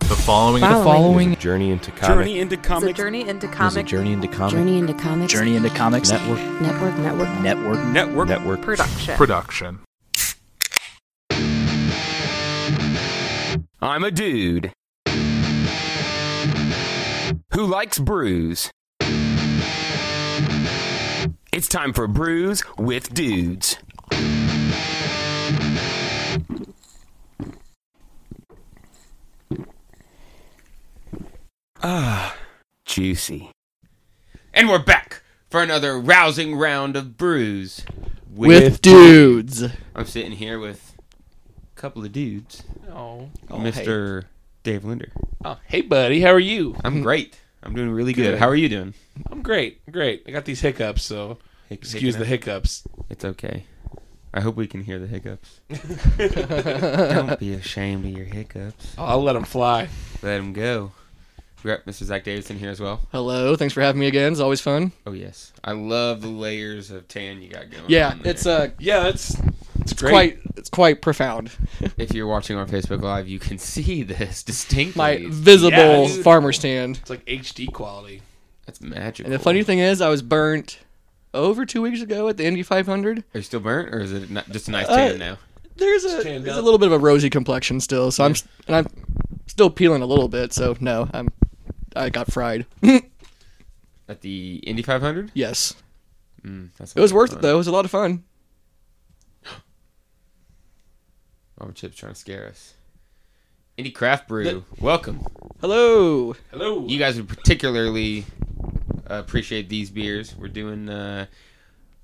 The following The following There's a journey into comic. Journey into It's a comic journey into There's a comic Journey into Comics Journey into Comics. Journey into Comics Network. Network. Network. Network. network. network. production. production. I'm a dude who likes brews. It's time for Brews with Dudes. Ah, juicy. And we're back for another rousing round of brews with dudes. I'm sitting here with a couple of dudes. Oh, Mr. Dave Linder. Oh, hey, buddy, how are you? I'm great. I'm doing really good. Good. How are you doing? I'm great, great. I got these hiccups, so excuse the hiccups. It's okay. I hope we can hear the hiccups. Don't be ashamed of your hiccups. Oh, I'll let them fly. Let them go. We got Mr. Zach Davidson here as well. Hello, thanks for having me again. It's always fun. Oh yes, I love the layers of tan you got going. Yeah, on there. it's uh, Yeah, it's it's, great. quite it's quite profound. If you're watching on Facebook Live, you can see this distinctly. My visible dude. farmer stand. It's like HD quality. That's magical. And the funny thing is, I was burnt over two weeks ago at the Indy 500. Are you still burnt, or is it not, just a nice Uh, tan now? There's a Stand there's a up. little bit of a rosy complexion still, so I'm s- and I'm still peeling a little bit. So no, I'm I got fried. At the Indy 500? yes, Mm, that's it was worth it though. It was a lot of fun. Mama Chip's trying to scare us. Indy Craft Brew, welcome. Hello. Hello. You guys would particularly uh, appreciate these beers. We're doing. Uh,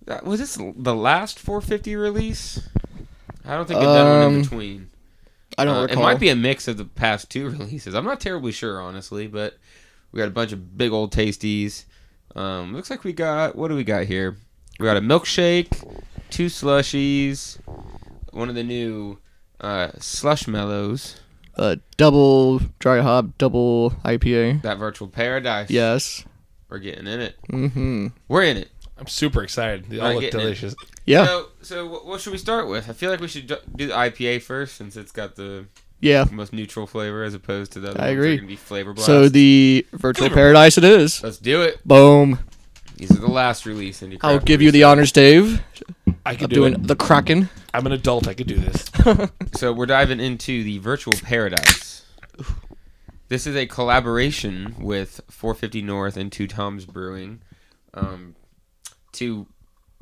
that- was this the last 450 release? I don't think I've done one in Um, between. I don't Uh, it recall. might be a mix of the past two releases. I'm not terribly sure, honestly, but we got a bunch of big old tasties. Um, looks like we got what do we got here? We got a milkshake, two slushies, one of the new uh, slush mellows, a double dry hop, double IPA. that virtual paradise. Yes. we're getting in it. Mm-hmm. We're in it. I'm super excited. They Not all look getting it. delicious. Yeah. So, so wh- what should we start with? I feel like we should do do the IPA first, since it's got the Yeah. most neutral flavor as opposed to the other I ones that are agree. gonna be flavor blast. So the virtual Flavor paradise it is. let's do it. Boom. These are the last release. Indie I'll Craft give you the honors, Dave. I can I'm do doing it. the Kraken. I'm an adult. I could do this. So we're diving into the virtual paradise. This is a collaboration with 450 North and Two Toms Brewing, um, two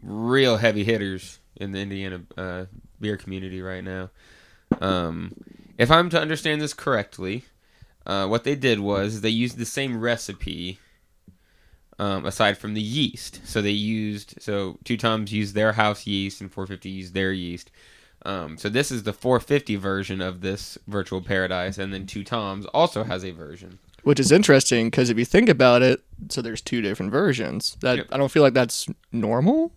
real heavy hitters in the Indiana uh, beer community right now. Um, if I'm to understand this correctly, uh, what they did was they used the same recipe, um, aside from the yeast. So they used so Two Toms used their house yeast and 450 used their yeast. Um, so this is the 450 version of this virtual paradise, and then Two Toms also has a version. Which is interesting because if you think about it, so there's two different versions. That Yep. I don't feel like that's normal,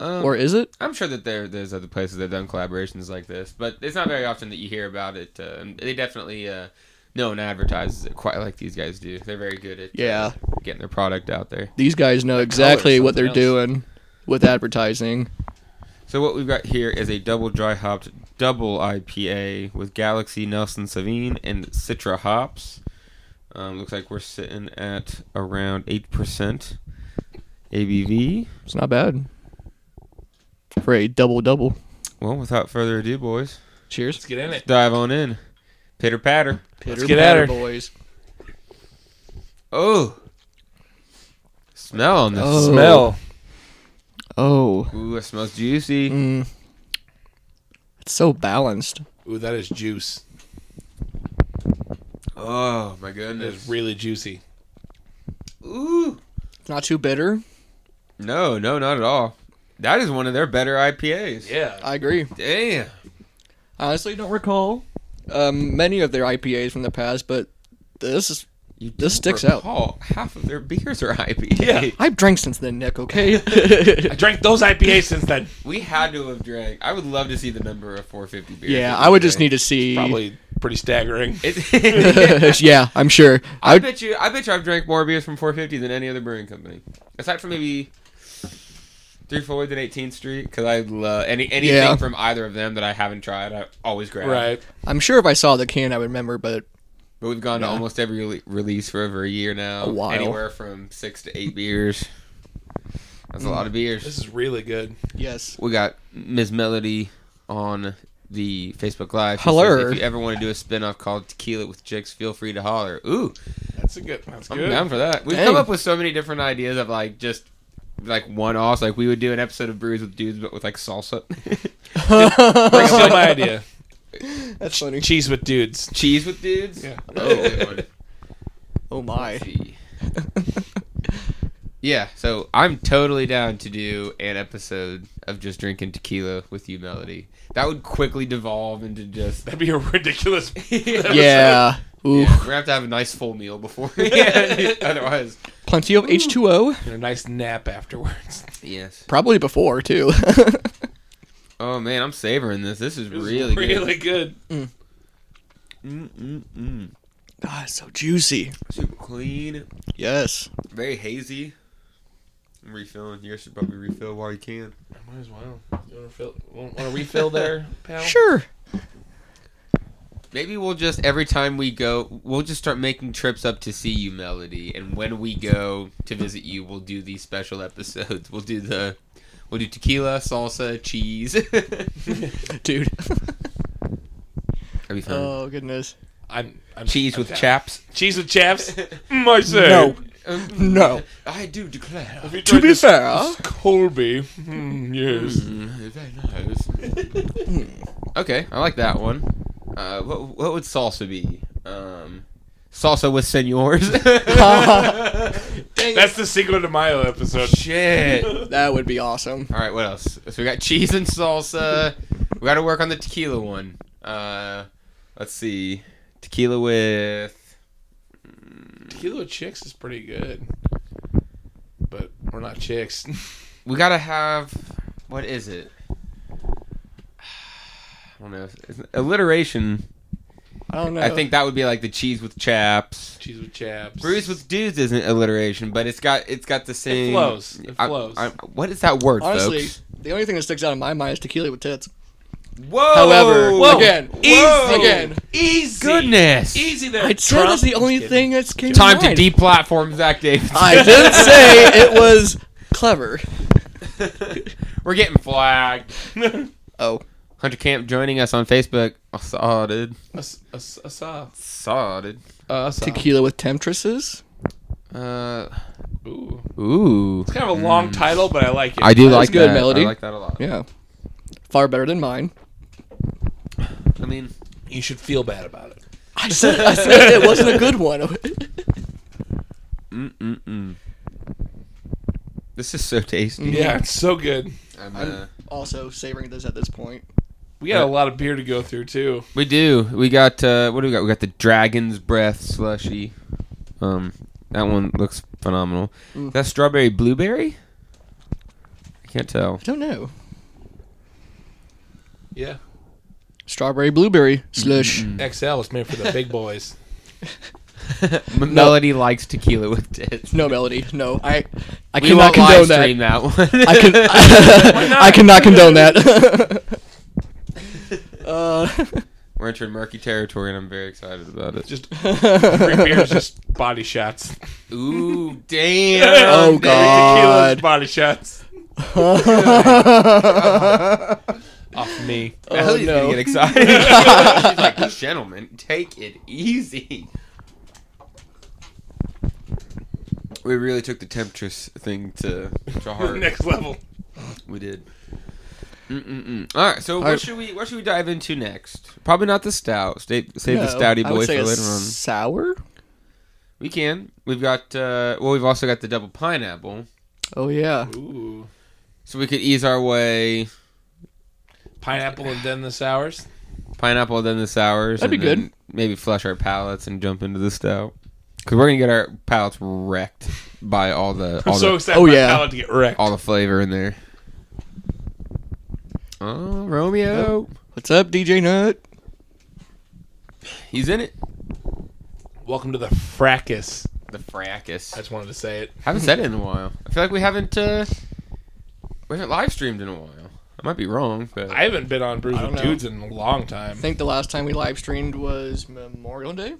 Um, or is it? I'm sure that there there's other places that have done collaborations like this, but it's not very often that you hear about it. Uh, and they definitely uh, no one advertises it quite like these guys do. They're very good at uh, Yeah. getting their product out there. These guys know exactly what they're something else. doing with advertising. So what we've got here is a double dry hopped double IPA with Galaxy Nelson Savine and Citra hops. Um, looks like we're sitting at around eight percent ABV. It's not bad for a double double. Well, without further ado, boys, Cheers. Let's get in it. dive on in. Pitter patter. Pitter get at her. patter, boys. Oh, smell on this. Oh. Smell. Oh, Ooh, it smells juicy. mm. it's so balanced. Ooh, that is juice. Oh my That is goodness. really juicy. Ooh, It's not too bitter. no, no, not at all. That is one of their better IPAs. Yeah. I agree. Damn. honestly don't recall um, many of their IPAs from the past, but this is You This do sticks out. recall Half of their beers are IPA. Yeah. I've drank since then, Nick. Okay. I drank those IPAs since then. We had to have drank. I would love to see the number of 450 beers. yeah, that I we would just need drank. to see. Probably pretty staggering. It's- yeah, I'm sure. I I would, bet you. I bet you. I've drank more beers from 450 than any other brewing company, aside from maybe three forward and 18th Street, because I love any anything Yeah. from either of them that I haven't tried. I always grab. Right. I'm sure if I saw the can, I would remember. But But we've gone to almost every rele- release for over a year now. A while. Anywhere from six to eight beers. That's a lot of beers. This is really good. yes, We got Ms. Melody on the Facebook Live. She Holler. says, if you ever want to do a spin-off called Tequila with Chicks, feel free to holler. Ooh, That's a good. That's I'm good. down for that. We've Dang. come up with so many different ideas of like just like one-offs. Like we would do an episode of Brews with Dudes, but with like salsa, That's still my idea. that's funny. Cheese with dudes. cheese with dudes. Yeah. Oh, wait, wait. Oh my. see. yeah, so I'm totally down to do an episode of just drinking tequila with you, Melody. That would quickly devolve into just. That'd be a ridiculous. Yeah. Ooh. Yeah, we're gonna have to have a nice full meal before. Otherwise, Plenty of H2O. And a nice nap afterwards. yes. Probably before too. Oh man, I'm savoring this. This is It was really, really good. good. Mm, mm, mm. Ah, it's so juicy. Super clean, Yes. very hazy. I'm refilling. You should probably refill while you can. Might as well. You want to refill, want to refill there, pal? Sure. Maybe we'll just every time we go, we'll just start making trips up to see you, Melody. And when we go to visit you, we'll do these special episodes. We'll do the, we'll do tequila, salsa, cheese. That'd Dude. be fun. oh goodness. I'm, I'm cheese I'm with down. chaps. Cheese with chaps. Mm, I say. No. Um, No. I do declare. Have you To tried be this- fair. this Colby. Mm, yes. Mm, very nice. Hmm. okay, I like that one. Uh, what what would salsa be? Um, salsa with Oh, senors. That's the Cinco de Mayo episode. Shit. That would be awesome. All right, what else? So we got cheese and salsa. we got to work on the tequila one. Uh, let's see, tequila with Tequila with chicks is pretty good, but we're not chicks. we gotta have what is it? I don't know. It's- Alliteration. I don't know. I think that would be like the cheese with chaps. cheese with chaps. Brews with dudes isn't alliteration, but it's got it's got the same. flows. It I- flows. I- what is that word, honestly, folks? the only thing that sticks out in my mind is tequila with tits. Whoa! However, again, Whoa! easy again. easy. Goodness. Easy there. I'd say Trump. that's the only Just thing that's came Time to, to mind. deplatform Zach Davis. I didn't say it was clever. We're getting flagged. kidding. Oh, Hunter Camp joining us on Facebook. I saw it. dude. As- as- asa- Saw it. dude. uh, asa. tequila with temptresses. Uh, Ooh. ooh. It's kind of a long title, but I like it. I do That was like good, that. Melody. I like that a lot. Yeah, far better than mine. I mean, You should feel bad about it. I said, I said it wasn't a good one. mm-mm-mm. This is so tasty. Yeah, it's so good. Mm. I'm, uh, also, savoring this at this point. We got a lot of beer to go through too. we do. We got. Uh, what do we got? We got the Dragon's Breath slushy. Um, that one looks phenomenal. Is that strawberry blueberry? I can't tell. I don't know. Yeah. Strawberry blueberry slush. Mm-hmm. XL is made for the big boys. M- Melody likes tequila with tits. No melody. No, I, I We cannot won't condone live that. stream that one. I can, I cannot condone that. uh, We're entering murky territory, and I'm very excited about it. Just free beers, just body shots. ooh, damn! Oh, dude. God. Tequila's body shots. Off me. Ellie's no. gonna get excited. She's like, gentlemen, take it easy. We really took the temptress thing to, to heart. Next level. We did. Mm-mm-mm. All right, so what right. should we what should we dive into next? Probably not the stout. Save, save the No, stouty I would boy for say a later on. Sour? We can. We've got uh well we've also got the double pineapple. Oh yeah. Ooh. So we could ease our way Pineapple and then the sours. pineapple then the sours. That'd be and then Maybe flush our palates and jump into the stout. because we're gonna get our palates wrecked by all the all, I'm so the, excited Oh, for my yeah. palate to get wrecked. all the flavor in there. Oh, Romeo, What's up, DJ Nut? he's in it. Welcome to the fracas. The fracas. I just wanted to say it. haven't said it in a while. I feel like we haven't uh, we haven't live streamed in a while. I might be wrong, but I haven't been on Brews I don't with know. Dudes in a long time. I think the last time we live streamed was Memorial Day.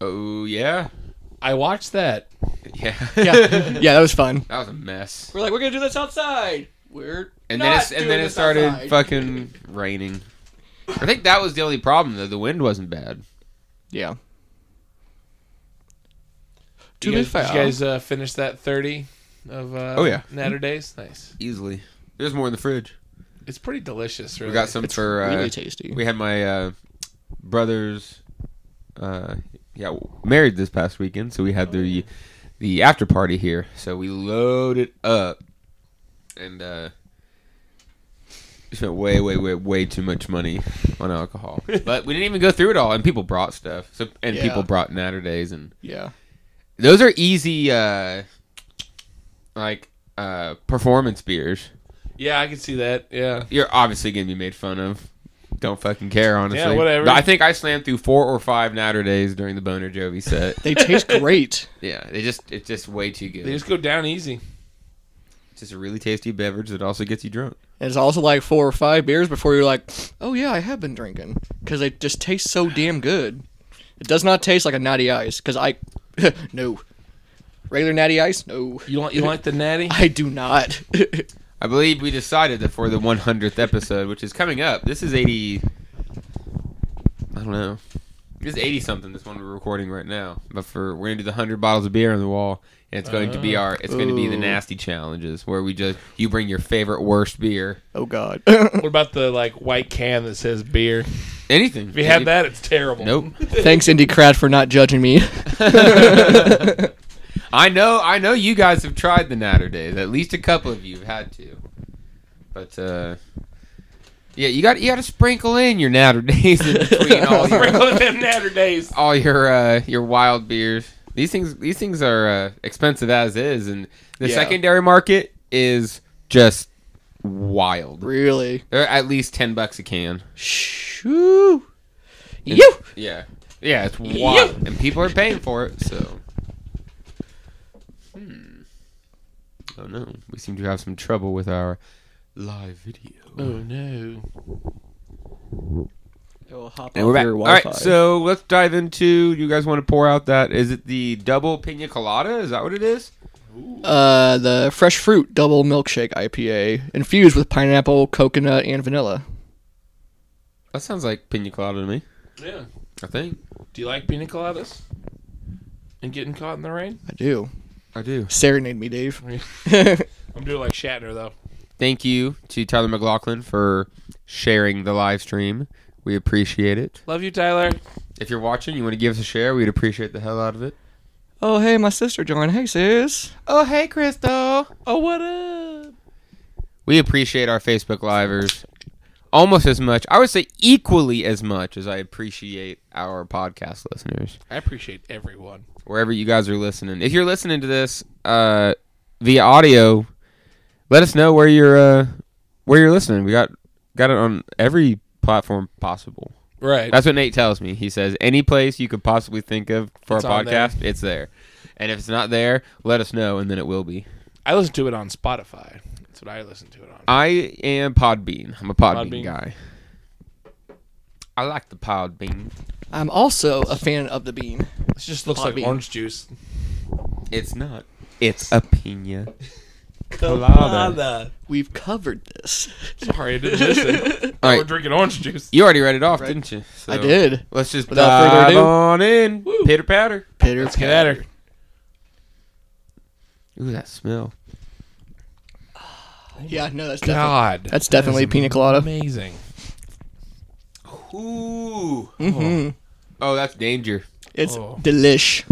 oh yeah, I watched that. yeah, Yeah, yeah, that was fun. that was a mess. We're like, we're gonna do this outside. We're And not then it's, doing and then it this started outside. fucking raining. I think that was the only problem though. The wind wasn't bad. Yeah. To Did you be guys, fair, did you guys uh, finish that 30 of uh, Oh, yeah. Natter Days? Nice. Easily, there's more in the fridge. It's pretty delicious, really. We got some it's for uh, really tasty. we had my uh, brother's uh, yeah married this past weekend, so we had Oh, the the after party here. So we loaded up and uh, we spent way way way way too much money on alcohol, but we didn't even go through it all. And people brought stuff, so and Yeah. people brought Natterdays, and yeah. those are easy uh, like uh, performance beers. Yeah, I can see that. Yeah. You're obviously gonna be made fun of. Don't fucking care, honestly. Yeah, whatever. I think I slammed through four or five Natter days during the Boner Jovi set. They taste great. yeah, they just it's just way too good. They just go down easy. it's just a really tasty beverage that also gets you drunk. And it's also like four or five beers before you're like, oh yeah, I have been drinking because they just taste so damn good. It does not taste like a natty ice because I no regular natty ice no. You like you like the natty? I do not. I believe we decided that for the 100th episode, which is coming up, this is 80. I don't know. This is 80 something. This one we're recording right now. But for we're gonna do the 100 bottles of beer on the wall, and it's going to be Uh-huh. our it's going to be the Ooh. nasty challenges where we just you bring your favorite worst beer, oh god. What about the like white can that says beer? anything. If you had that, it's terrible. Nope. Thanks, Indy Crad, for not judging me. I know, I know. You guys have tried the Natter Days. At least a couple of you have had to. But uh, yeah, you got you got to sprinkle in your Natter Days in between all your Sprinkle in them Natter Days. all your uh, your wild beers. These things these things are uh, expensive as is, and the Yeah. secondary market is just wild. really? They're at least ten bucks a can. Shoo. You. Yeah, yeah, it's wild, and people are paying for it. So, hmm. oh no, we seem to have some trouble with our live video. Oh no. And we're back. All right, so let's dive into. You guys want to pour out that? Is it the double pina colada? Is that what it is? Uh, the fresh fruit double milkshake IPA infused with pineapple, coconut, and vanilla. That sounds like pina colada to me. Yeah. I think Do you like pina coladas? And getting caught in the rain? I do. I do. Serenade me, Dave. I'm doing like Shatner though. Thank you to Tyler McLaughlin for sharing the live stream. We appreciate it. Love you, Tyler. If you're watching, you want to give us a share. We'd appreciate the hell out of it. oh, hey, my sister joined. Hey, sis. Oh, hey, Crystal. Oh what up? We appreciate our Facebook Livers almost as much. I would say equally as much as I appreciate our podcast listeners. I appreciate everyone. Wherever you guys are listening. If you're listening to this uh, via audio, let us know where you're uh, where you're listening. We got got it on every platform possible. Right. That's what Nate tells me. He says any place you could possibly think of for It's a on there. podcast, it's there. And if it's not there, let us know and then it will be. I listen to it on Spotify. That's what I listen to it on. I am Podbean. I'm a Podbean, Podbean. guy. I like the Podbean. I'm also a fan of the bean. It just looks like Podbean. orange juice. It's not. It's a pina colada. We've covered this. Sorry, I didn't listen. All We're right, drinking orange juice. you already read it off, Right. didn't you? So I did. Let's just Without further dive ado. on in. Pitter patter. Pitter Let's get at her. Ooh, that smell. Yeah, no, that's definitely God, that's definitely is pina colada. Amazing. Ooh. Mhm. Oh, that's danger. it's Oh. delish.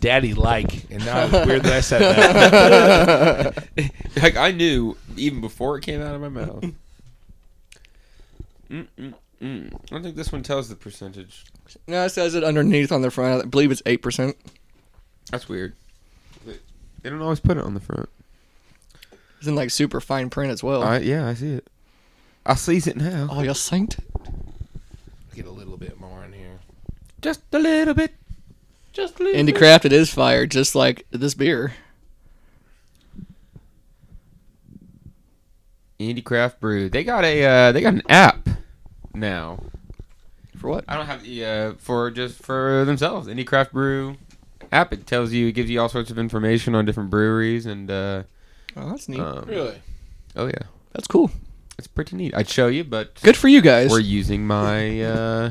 Daddy like, and now it's weird that I said that. Like I knew even before it came out of my mouth. Mm-mm. Mm, I don't think this one tells the percentage. No, it says it underneath on the front. I believe it's eight percent. That's weird. They they don't always put it on the front. It's in like super fine print as well. I, yeah, I see it. I sees it now. Oh, y'all synced? Get a little bit more in here. Just a little bit. Just a little. Indie craft, it is fire, just like this beer. Indie Craft Brew. They got a uh, they got an app now. For what? I don't have the uh, for just for themselves. Indie Craft Brew app. It tells you, it gives you all sorts of information on different breweries and. Uh, Oh, that's neat. um, Really? Oh yeah, that's cool. it's pretty neat. I'd show you, but Good for you guys. we're using my uh,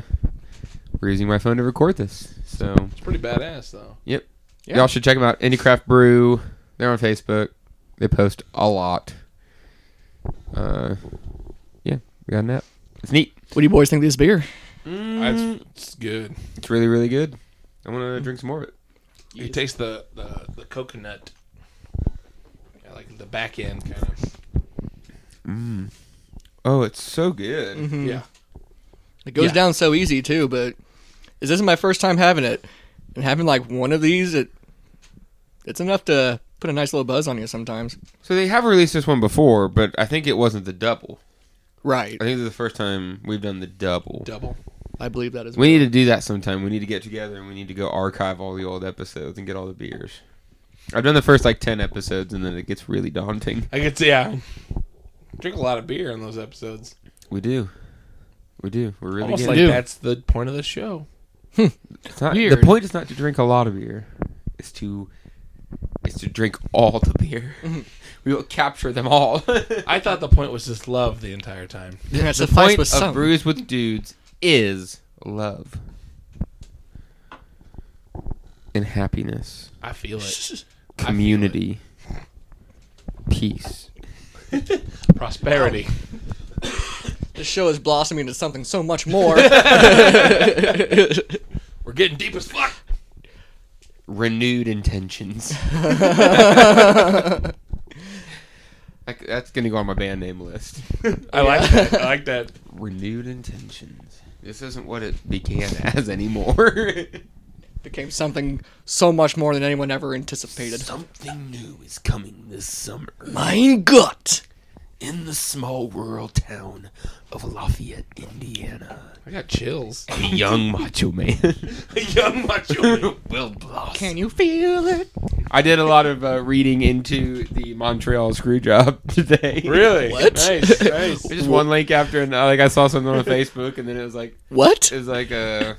we're using my phone to record this. So It's pretty badass though. yep, Yeah. y'all should check them out. Indie Craft Brew. They're on Facebook. They post a lot. Uh, yeah, we got an app. It's neat. What do you boys think of this beer? That's it's good. It's really really good. I want to drink some more of it. You taste the, the, the coconut. Yeah, like the back end kind of. Oh, it's so good. Yeah. It goes Yeah. down so easy too, but is this is my first time having it, and having like one of these, it it's enough to put a nice little buzz on you sometimes. So they have released this one before, but I think it wasn't the double. Right, I think this is the first time we've done the double. Double. I believe that as well. We need to do that sometime. We need to get together and we need to go archive all the old episodes and get all the beers. I've done the first like ten episodes and then it gets really daunting. I could yeah. Drink a lot of beer in those episodes. We do. We do. We're really Almost good. like do. that's the point of the show. It's not- the weird. point is not to drink a lot of beer. It's to it's to drink all the beer. we will capture them all. I thought the point was just love the entire time. Yeah, it's the suffice point with some. of brews with dudes is love and happiness, I feel it. I feel community, peace. it. Prosperity. This show is blossoming into something so much more. We're getting deep as fuck. renewed intentions. Like, That's gonna go on my band name list. I like that. I like that. renewed intentions. This isn't what it began as anymore. Became something so much more than anyone ever anticipated. Something new is coming this summer Mein Gott! in the small rural town of Lafayette, Indiana. I got chills. A young macho man Young macho. will blossom. Can you feel it? I did a lot of uh, reading into the Montreal screw job today. really? What? Nice. Nice. Just one link after another. Like I saw something on Facebook, and then it was like What? it was like a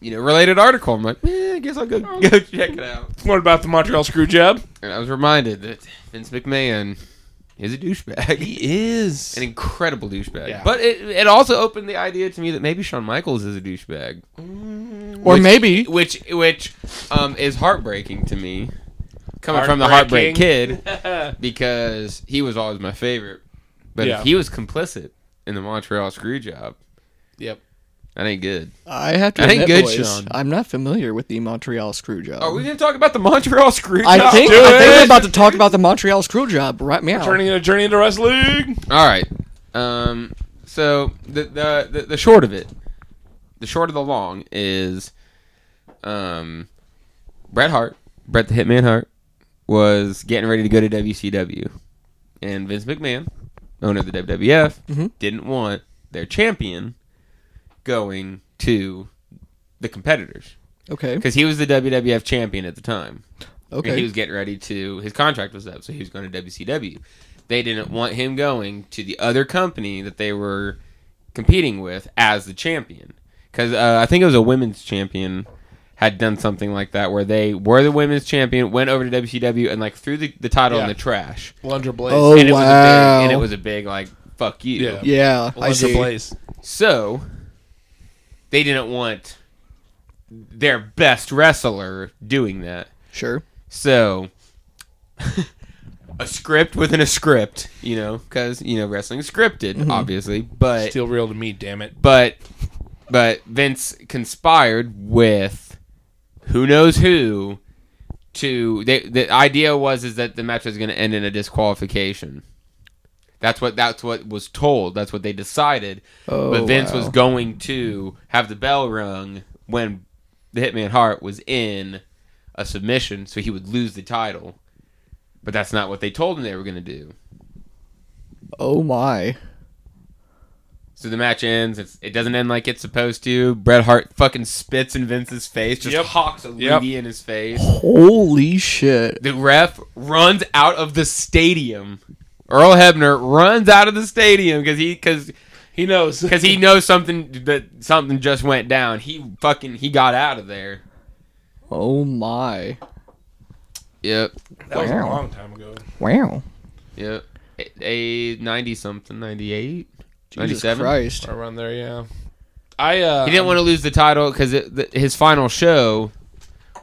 you know related article. I'm like, eh, I guess I'll go go check it out. What about the Montreal screw job? And I was reminded that Vince McMahon is a douchebag. He is an incredible douchebag. Yeah. But it it also opened the idea to me that maybe Shawn Michaels is a douchebag, Or Which- maybe which which um, is heartbreaking to me, coming from the Heartbreaking. heartbreak kid. because he was always my favorite. But Yeah. if he was complicit in the Montreal screw job, Yep. that ain't good. I have to That ain't admit, good, boys, Sean. I'm not familiar with the Montreal screw job. Are we gonna talk about the Montreal screw job? I think, do I think it. we're about to talk about the Montreal screw job right now. Turning a journey into wrestling. All right. Um. So the, the the the short of it, the short of the long is, um, Bret Hart, Bret the Hitman Hart, was getting ready to go to WCW, and Vince McMahon, owner of the WWF, didn't want their champion going to the competitors Okay. because he was the WWF champion at the time. And Okay. he was getting ready to his contract was up, so he was going to WCW. They didn't want him going to the other company that they were competing with as the champion, because uh, I think it was a women's champion had done something like that where they were the women's champion, went over to WCW, and like threw the, the title in Yeah. the trash. Lunder Blaze. Oh, and it was a big, and Wow. it was a big like fuck you. Yeah. yeah, I Lunder see. Blaze. So they didn't want their best wrestler doing that. Sure. So, a script within a script, you know, because you know wrestling's scripted, obviously. But Still real to me, damn it. but but Vince conspired with who knows who to they, the idea was is that the match was going to end in a disqualification. That's what that's what was told. That's what they decided. Oh, but Vince wow. was going to have the bell rung when the Hitman Hart was in a submission, so he would lose the title. But that's not what they told him they were going to do. Oh my. So the match ends. It's, it doesn't end like it's supposed to. Bret Hart fucking spits in Vince's face, just Yep. hawks a Yep. loogie in his face. Holy shit. The ref runs out of the stadium. Earl Hebner runs out of the stadium because he because He knows because he knows something that something just went down. He fucking he got out of there. Oh my. Yep, that was a Wow. long time ago. Wow. yep. A, a ninety something, ninety eight. Jesus 97? Christ. Around there, yeah. I uh, He didn't want to lose the title because his final show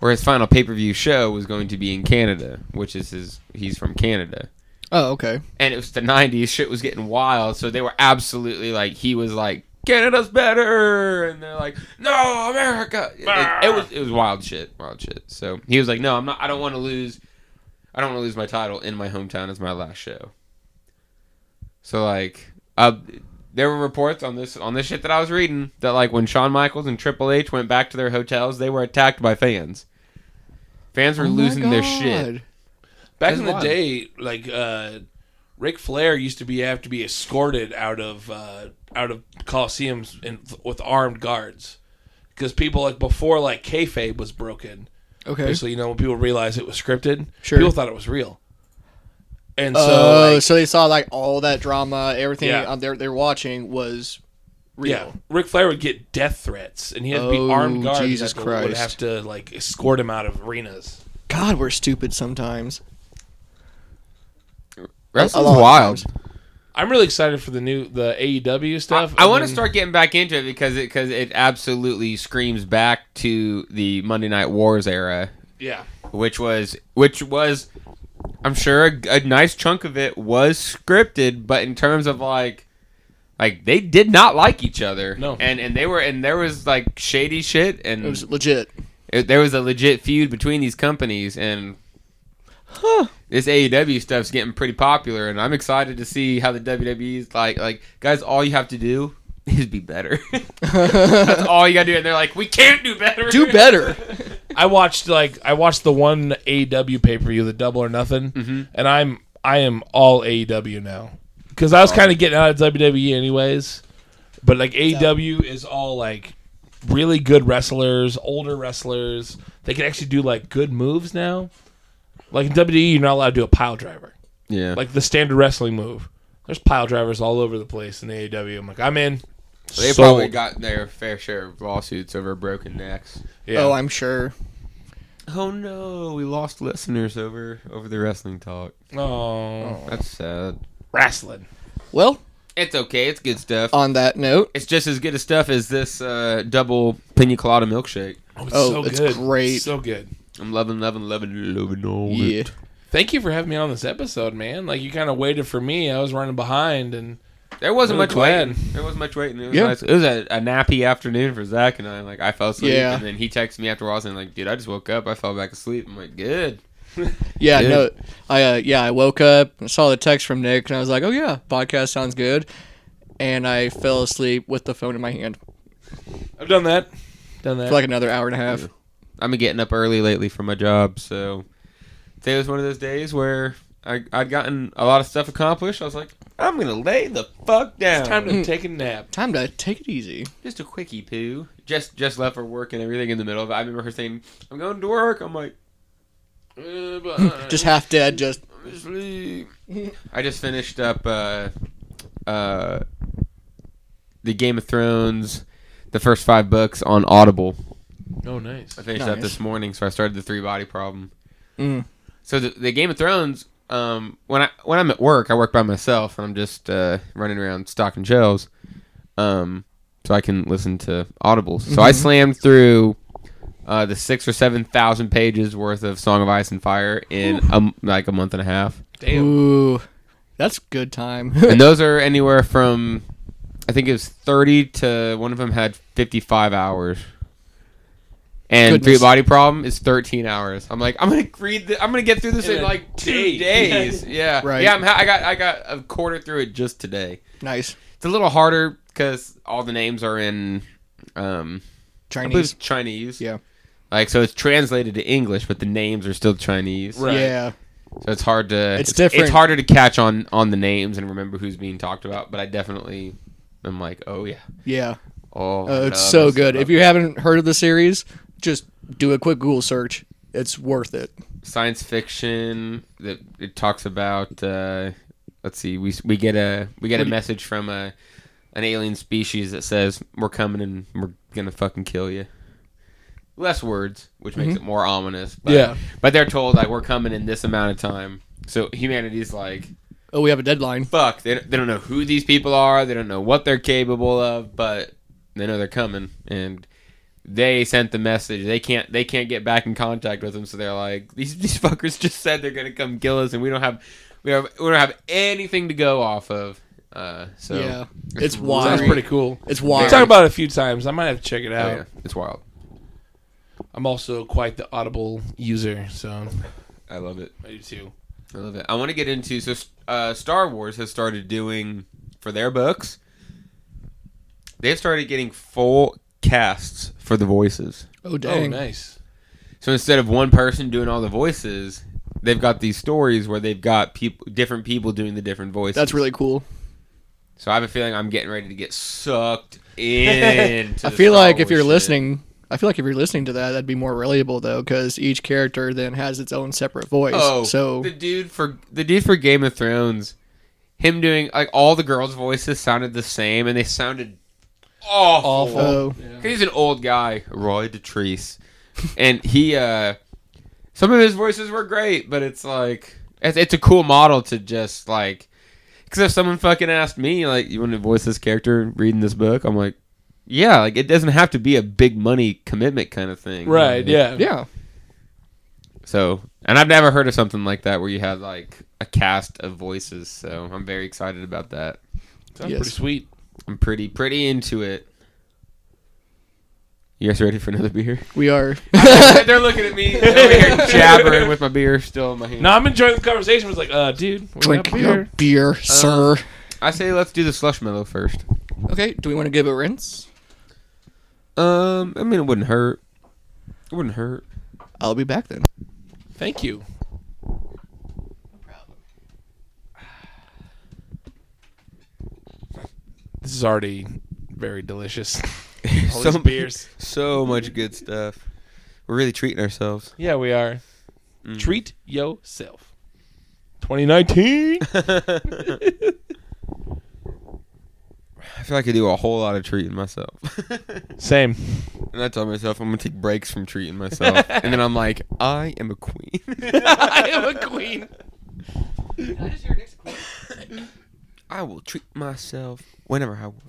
or his final pay per view show was going to be in Canada, which is his. He's from Canada. Oh, okay. and it was the 90s shit was getting wild so they were absolutely like he was like canada's better and they're like no america it, it- it was it was wild shit wild shit so he was like no i'm not i don't want to lose i don't want to lose my title in my hometown as my last show so like uh there were reports on this on this shit that I was reading that like when Shawn Michaels and Triple H went back to their hotels, they were attacked by fans. Fans were Oh my losing their God. shit. back in the That's wild. day, like uh, Ric Flair used to be have to be escorted out of uh, out of coliseums in, with armed guards because people like before like kayfabe was broken. Okay. So you know when people realized it was scripted, Sure. people thought it was real. And so, Oh, like, so they saw like all that drama, everything Yeah. on there they're watching was real. yeah, Ric Flair would get death threats, and he had to be Oh, armed guards Jesus that would- would Christ. have to like escort him out of arenas. God, we're stupid sometimes. Wrestling's lot of wild. times. I'm really excited for the new the AEW stuff. I, want to mean, start getting back into it because it because it absolutely screams back to the Monday Night Wars era, Yeah, which was which was, I'm sure a, a nice chunk of it was scripted, but in terms of like, like they did not like each other. No. and and they were and there was like shady shit, and It Mm. was legit. it- there was a legit feud between these companies, and this AEW stuff's getting pretty popular, and I'm excited to see how the WWE's like like guys. All you have to do is be better. That's all you gotta do, and they're like, we can't do better. Do better. I watched like I watched the one AEW pay per view, the Double or Nothing, and I'm I am all AEW now because I was kind of getting out of WWE anyways, but like AEW is all like really good wrestlers, older wrestlers. They can actually do like good moves now. Like in WWE, you're not allowed to do a pile driver, Yeah, like the standard wrestling move. There's pile drivers all over the place in AEW. I'm like, I'm in. they Sold. probably got their fair share of lawsuits over broken necks. Yeah. Oh, I'm sure. Oh no, we lost listeners over over the wrestling talk. oh, That's sad. wrestling. Well, It's okay. It's good stuff. on that note, it's just as good a stuff as this uh, double pina colada milkshake. Oh, it's Oh, so it's good. great. So good. I'm loving, loving, loving, loving all yeah. it. Thank you for having me on this episode, man. Like you kind of waited for me. I was running behind, and There wasn't Really much glad. waiting. There wasn't much waiting. It was, Yeah. nice. it was a, a nappy afternoon for Zach and I. Like I fell asleep, Yeah. and then he texted me after a while saying, "Like, dude, I just woke up. I fell back asleep." I'm like, "Good." Yeah, Yeah. no, I uh, yeah, I woke up and saw the text from Nick, and I was like, "Oh yeah, podcast sounds good," and I fell asleep with the phone in my hand I've done that. Done that. for like another hour and a half. I've been getting up early lately for my job, so today was one of those days where I I'd gotten a lot of stuff accomplished. I was like, I'm gonna lay the fuck down. it's time to take a nap. Time to take it easy. just a quickie poo. Just just left for work and everything in the middle of it. I remember her saying, "I'm going to work." I'm like, uh, but I- Just half dead. Just Obviously. I just finished up uh, uh, the Game of Thrones, the first five books on Audible. Oh, nice. I finished Nice. that this morning, so I started the three body problem. Mm. So the, the Game of Thrones, um, when I when I'm at work, I work by myself, and I'm just uh, running around stocking shelves, um, so I can listen to Audibles. So Mm-hmm. I slammed through. Uh, the six or seven thousand pages worth of Song of Ice and Fire in um, like a month and a half. Damn. ooh, that's good time. and those are anywhere from I think it was 30 to one of them had 55 hours. and Goodness. Three Body Problem is 13 hours. I'm like, I'm gonna read. The, I'm gonna get through this in, a like two day. days. Yeah, Right. Yeah, I'm ha- I got I got a quarter through it just today. Nice It's a little harder because all the names are in, um, I believe it's Chinese. Chinese. Yeah. Like so, it's translated to English, but the names are still Chinese. Right. Yeah. So it's hard to It's different. It's harder to catch on on the names and remember who's being talked about. But I definitely am like, oh yeah, Yeah. oh, Uh, it's so good. If you haven't heard of the series, just do a quick Google search. It's worth it. science fiction that it talks about. Uh, let's see, we we get a we get a message from a an alien species that says we're coming and we're gonna fucking kill you. Less words, which makes Mm-hmm. it more ominous. But, Yeah. but they're told like we're coming in this amount of time. So humanity's like, Oh, we have a deadline. fuck. They don't, they don't know who these people are. They don't know what they're capable of, but they know they're coming. And they sent the message. They can't. They can't get back in contact with them. So they're like, these these fuckers just said they're gonna come kill us, and we don't have we have we don't have anything to go off of. Uh, so yeah. It's Sounds wild. pretty cool. It's We wild. talked about it a few times. I might have to check it Oh, out. yeah, it's wild. I'm also quite the Audible user, so I love it. I do too. I love it. I want to get into so uh, Star Wars has started doing for their books. They've started getting full casts for the voices. Oh dang. Oh, nice. So instead of one person doing all the voices, they've got these stories where they've got people, different people doing the different voices. That's really cool. So I have a feeling I'm getting ready to get sucked in. I feel like if you're listening, I feel like if you're listening to that, that'd be more relatable though, because each character then has its own separate voice. oh, so the dude for the dude for Game of Thrones, him doing like all the girls' voices sounded the same, and they sounded awful. Awful. oh, He's an old guy, Roy Detrice, and he. uh Some of his voices were great, but it's like it's, it's a cool model to just like. Because if someone fucking asked me, like, you want to voice this character reading this book, I'm like, yeah, like it doesn't have to be a big money commitment kind of thing, Right, Like, yeah. yeah, So, and I've never heard of something like that where you had like a cast of voices. So I'm very excited about that. Sounds Yes. pretty sweet. I'm pretty pretty into it. You guys ready for another beer? we are. They're looking at me over here jabbering with my beer still in my hand. No, I'm enjoying the conversation. I was like, uh, dude, we Drink got your beer. beer, sir. I say let's do the slush mellow first. Okay, do we want to give it a rinse? Um, I mean it wouldn't hurt. It wouldn't hurt. I'll be back then. Thank you. This is already very delicious. All these So- beers. So much good stuff. We're really treating ourselves. Yeah, we are. Treat yourself. 2019. I feel like I do a whole lot of treating myself. Same. And I tell myself I'm gonna take breaks from treating myself, and then I'm like, I am a queen. I am a queen. I will treat myself whenever I want.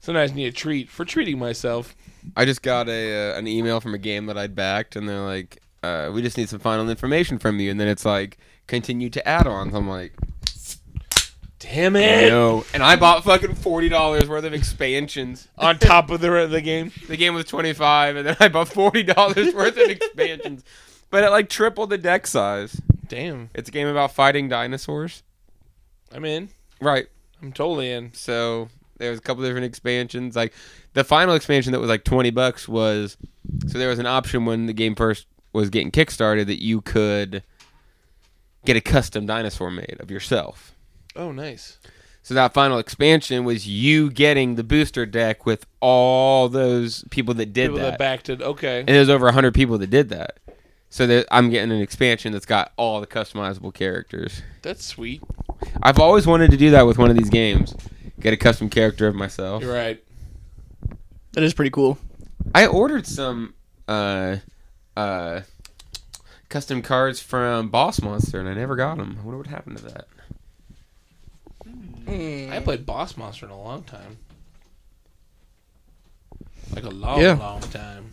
Sometimes I need a treat for treating myself. I just got a uh, an email from a game that I'd backed, and they're like, uh, "We just need some final information from you," and then it's like, "Continue to add-ons." I'm like, Damn it. "No," and I bought fucking forty dollars worth of expansions. On top of the re- the game. The game was twenty five, and then I bought forty dollars worth of expansions, but it like tripled the deck size. Damn. It's a game about fighting dinosaurs, I'm in. right? I'm totally in. So there was a couple different expansions. Like the final expansion that was like twenty bucks was so there was an option when the game first was getting kickstarted that you could get a custom dinosaur made of yourself. Oh, nice. So that final expansion was you getting the booster deck with all those people that did People that, that. backed it. Okay. and there's over 100 people that did that. So that I'm getting an expansion that's got all the customizable characters. That's sweet. I've always wanted to do that with one of these games. Get a custom character of myself. You're right. That is pretty cool. I ordered some uh, uh, custom cards from Boss Monster, and I never got them. I wonder what happened to that. I Hmm. haven't played Boss Monster in a long time. Like a long, Yeah. long time.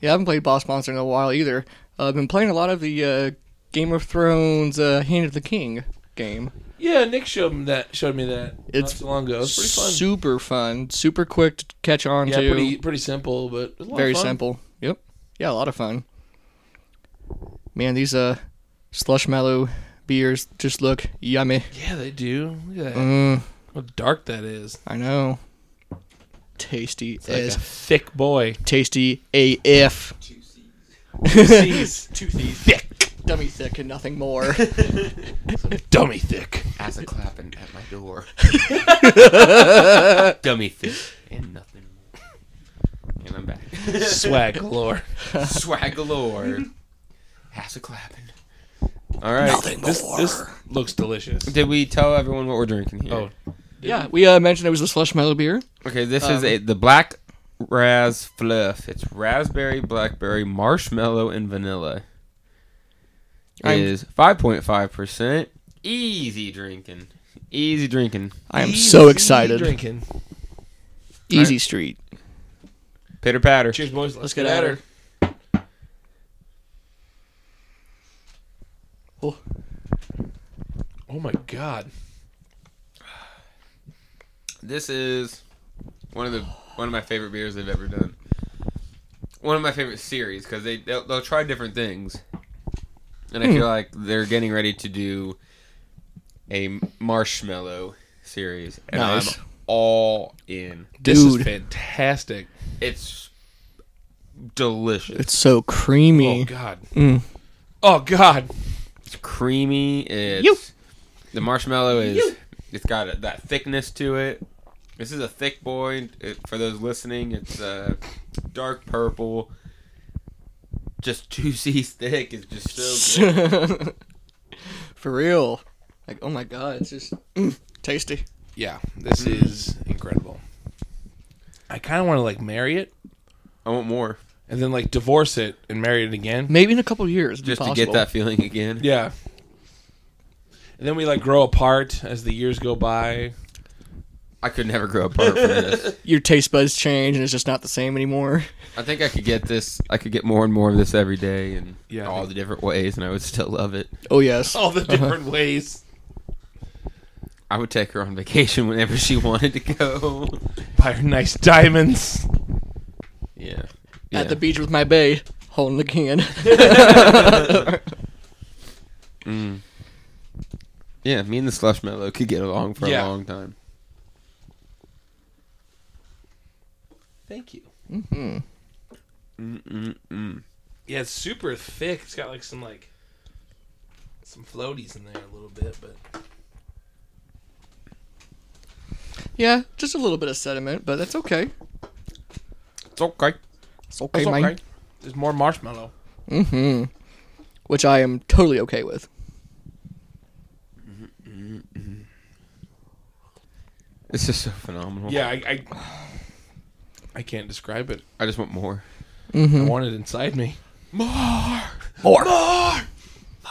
Yeah, I haven't played Boss Monster in a while either. Uh, I've been playing a lot of the uh, Game of Thrones uh, Hand of the King. game. Yeah, Nick showed me that. Showed me that. It's not so long ago. It's pretty fun. super fun, super quick to catch on yeah, to. pretty pretty simple, but it's a lot of Very fun. simple. Yep. Yeah, a lot of fun. Man, these uh slush mellow beers just look yummy. Yeah, they do. Look at that. Mm, How dark that is. I know. Tasty Like a as thick boy. tasty AF. Seas. thick. Dummy thick and nothing more. Dummy thick. As a clapping at my door. Dummy fish and nothing more. And I'm back. Swag galore. Swag galore. As a clapping. All right. This, this looks delicious. Did we tell everyone what we're drinking here? Oh, yeah, we uh, mentioned it was a slush mellow beer. Okay, this is a, the black raz fluff. It's raspberry, blackberry, marshmallow, and vanilla. It I'm- is five point five percent. Easy drinking. Easy drinking. I am so Easy excited. Drinking. Easy street. Pitter patter. Cheers, boys. Let's Let's, get at her. Oh. oh my god. This is one of the one of my favorite beers they've ever done. One of my favorite series because they they'll, they'll try different things, and I feel like they're getting ready to do a marshmallow series, and Nice. I'm all in. This Dude. is fantastic. It's delicious. It's so Oh creamy. god. Oh god. It's creamy. It's You. the marshmallow is. It's got a, that thickness to it. This is a thick boy. It, for those listening, it's uh, dark purple. Just juicy, thick. It's just so good. For real. Like, oh my god, it's just mm, tasty. Yeah, this is incredible. I kind of want to like marry it I want more and then like divorce it and marry it again. Maybe in a couple years. it'd be just to possible. get that feeling again. Yeah. And then we like grow apart as the years go by. I could never grow apart from this. your taste buds change and it's just not the same anymore. I think I could get this. I could get more and more of this every day, and Yeah, I all think- the different ways, and I would still love it. Oh yes. All the different ways. I would take her on vacation whenever she wanted to go. Buy her nice diamonds. Yeah. At the beach with my bae, holding the can. Mm. Yeah, me and the slush mellow could get along for Yeah. a long time. Thank you. Mm-mm-mm. Yeah, it's super thick. It's got like some like some floaties in there a little bit, but yeah, just a little bit of sediment, but that's okay. It's okay. It's okay, it's okay. mate. There's more marshmallow. Mm-hmm. Which I am totally okay with. It's just so phenomenal. Yeah, I I, I can't describe it. I just want more. I want it inside me. Mm-hmm. More, more,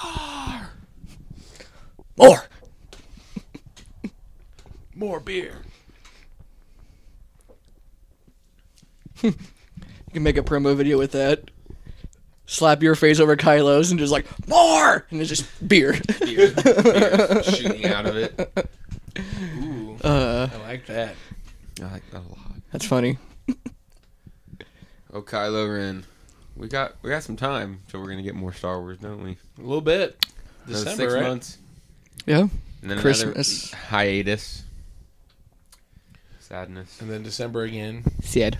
more, more. More beer. You can make a promo video with that. Slap your face over Kylo's and just like more, and it's just beer. Beer, beer shooting out of it. Ooh, Uh, I like that. I like that a lot. that's funny. Oh, Kylo Ren. We got we got some time, so we're gonna get more Star Wars, don't we? A little bit. Another December, six right? months, Yeah. and then Christmas. another hiatus. Sadness. And then December again. Sad.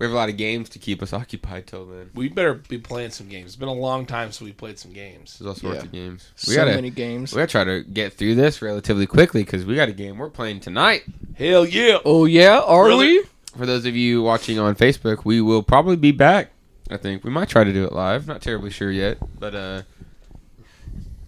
We have a lot of games to keep us occupied till then. We better be playing some games. It's been a long time since we played some games. There's all sorts Yeah. of games. So many games. We gotta try to get through this relatively quickly because we got a game we're playing tonight. Hell yeah! Oh yeah, are Really? we? For those of you watching on Facebook, we will probably be back. I think we might try to do it live. Not terribly sure yet, but uh,